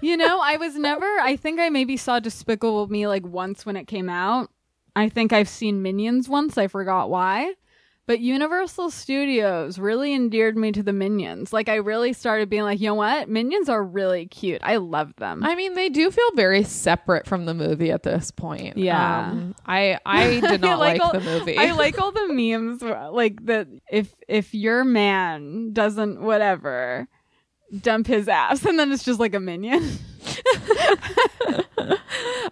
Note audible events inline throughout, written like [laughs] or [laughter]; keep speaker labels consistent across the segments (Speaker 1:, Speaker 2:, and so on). Speaker 1: you know, I was never. I think I maybe saw Despicable Me like once when it came out. I think I've seen Minions once. I forgot why. But Universal Studios really endeared me to the Minions. Like, I really started being like, you know what? Minions are really cute. I love them. [laughs]
Speaker 2: I mean, they do feel very separate from the movie at this point.
Speaker 1: Yeah.
Speaker 2: Um, I
Speaker 1: [laughs]
Speaker 2: I did
Speaker 1: I
Speaker 2: not like,
Speaker 1: all,
Speaker 2: the movie.
Speaker 1: I like all the memes where, like that if if your man doesn't whatever dump his ass and then it's just like a minion.
Speaker 2: [laughs]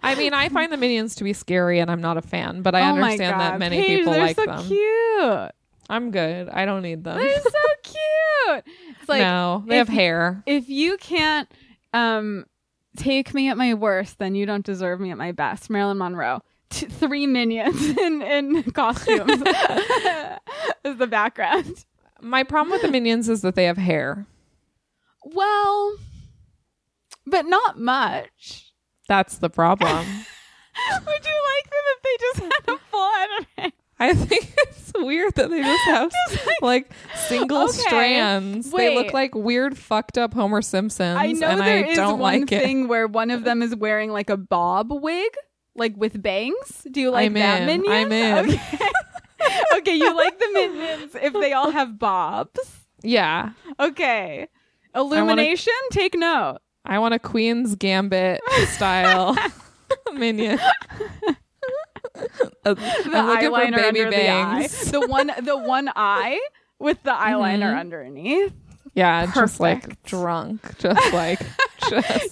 Speaker 2: I mean, I find the minions to be scary, and I'm not a fan. But I
Speaker 1: Oh my
Speaker 2: understand that
Speaker 1: God,
Speaker 2: many
Speaker 1: Paige,
Speaker 2: people
Speaker 1: they're
Speaker 2: like
Speaker 1: so
Speaker 2: them.
Speaker 1: cute.
Speaker 2: I'm good. I don't need them.
Speaker 1: They're so cute. It's like
Speaker 2: no, they
Speaker 1: if
Speaker 2: have hair.
Speaker 1: if you can't um take me at my worst, then you don't deserve me at my best. Marilyn Monroe. T- three minions [laughs] in, in costumes [laughs] is the background.
Speaker 2: My problem with the minions is that they have hair.
Speaker 1: Well, but not much.
Speaker 2: That's the problem.
Speaker 1: [laughs] Would you like them if they just had a full head of hair?
Speaker 2: I think it's weird that they just
Speaker 1: [laughs]
Speaker 2: have like, single
Speaker 1: Okay,
Speaker 2: strands. They
Speaker 1: wait.
Speaker 2: look like weird, fucked up Homer Simpsons.
Speaker 1: I know
Speaker 2: and
Speaker 1: there
Speaker 2: I
Speaker 1: is
Speaker 2: don't
Speaker 1: one
Speaker 2: like it.
Speaker 1: thing where one of them is wearing like a bob wig, like with bangs. Do you like
Speaker 2: I'm
Speaker 1: that
Speaker 2: in.
Speaker 1: minion?
Speaker 2: I'm in.
Speaker 1: Okay. [laughs] okay, you like the minions if they all have bobs.
Speaker 2: Yeah.
Speaker 1: Okay. Illumination, take note.
Speaker 2: I want a Queen's Gambit
Speaker 1: [laughs]
Speaker 2: style minion.
Speaker 1: The
Speaker 2: I'm looking
Speaker 1: eyeliner
Speaker 2: for baby
Speaker 1: under
Speaker 2: bangs. Mm-hmm.
Speaker 1: the eye. The one the one eye with the eyeliner underneath.
Speaker 2: yeah, just like
Speaker 1: Perfect.
Speaker 2: drunk. Just like just,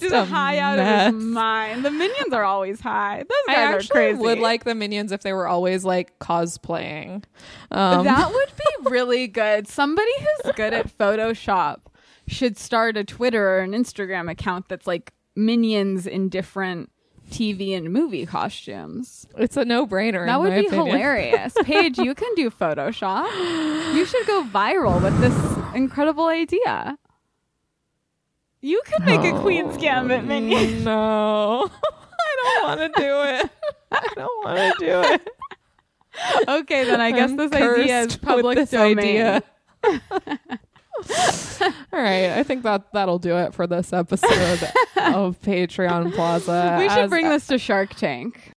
Speaker 1: [laughs] Just
Speaker 2: a
Speaker 1: high out
Speaker 2: mess.
Speaker 1: of his mind. The minions are always high. Those
Speaker 2: I
Speaker 1: guys
Speaker 2: actually
Speaker 1: are crazy.
Speaker 2: would like the minions if they were always like cosplaying. Um, [laughs]
Speaker 1: that would be really good. Somebody who's good at Photoshop should start a Twitter or an Instagram account that's like minions in different TV and movie costumes.
Speaker 2: it's a no-brainer.
Speaker 1: That
Speaker 2: in
Speaker 1: would
Speaker 2: my
Speaker 1: be
Speaker 2: opinion. [laughs]
Speaker 1: hilarious. Paige, you can do Photoshop. You should go viral with this incredible idea. You could make a
Speaker 2: Oh.
Speaker 1: Queen's Gambit
Speaker 2: [laughs]
Speaker 1: minion.
Speaker 2: No, [laughs] I don't want to
Speaker 1: [laughs]
Speaker 2: do it. I don't want to do it.
Speaker 1: Okay, then I guess
Speaker 2: I'm
Speaker 1: this idea is
Speaker 2: cursed with
Speaker 1: public
Speaker 2: this
Speaker 1: domain. [laughs]
Speaker 2: idea. All right, I think that that'll
Speaker 1: [laughs]
Speaker 2: do it for this episode of Patreon Plaza.
Speaker 1: We should
Speaker 2: As
Speaker 1: bring this to Shark Tank.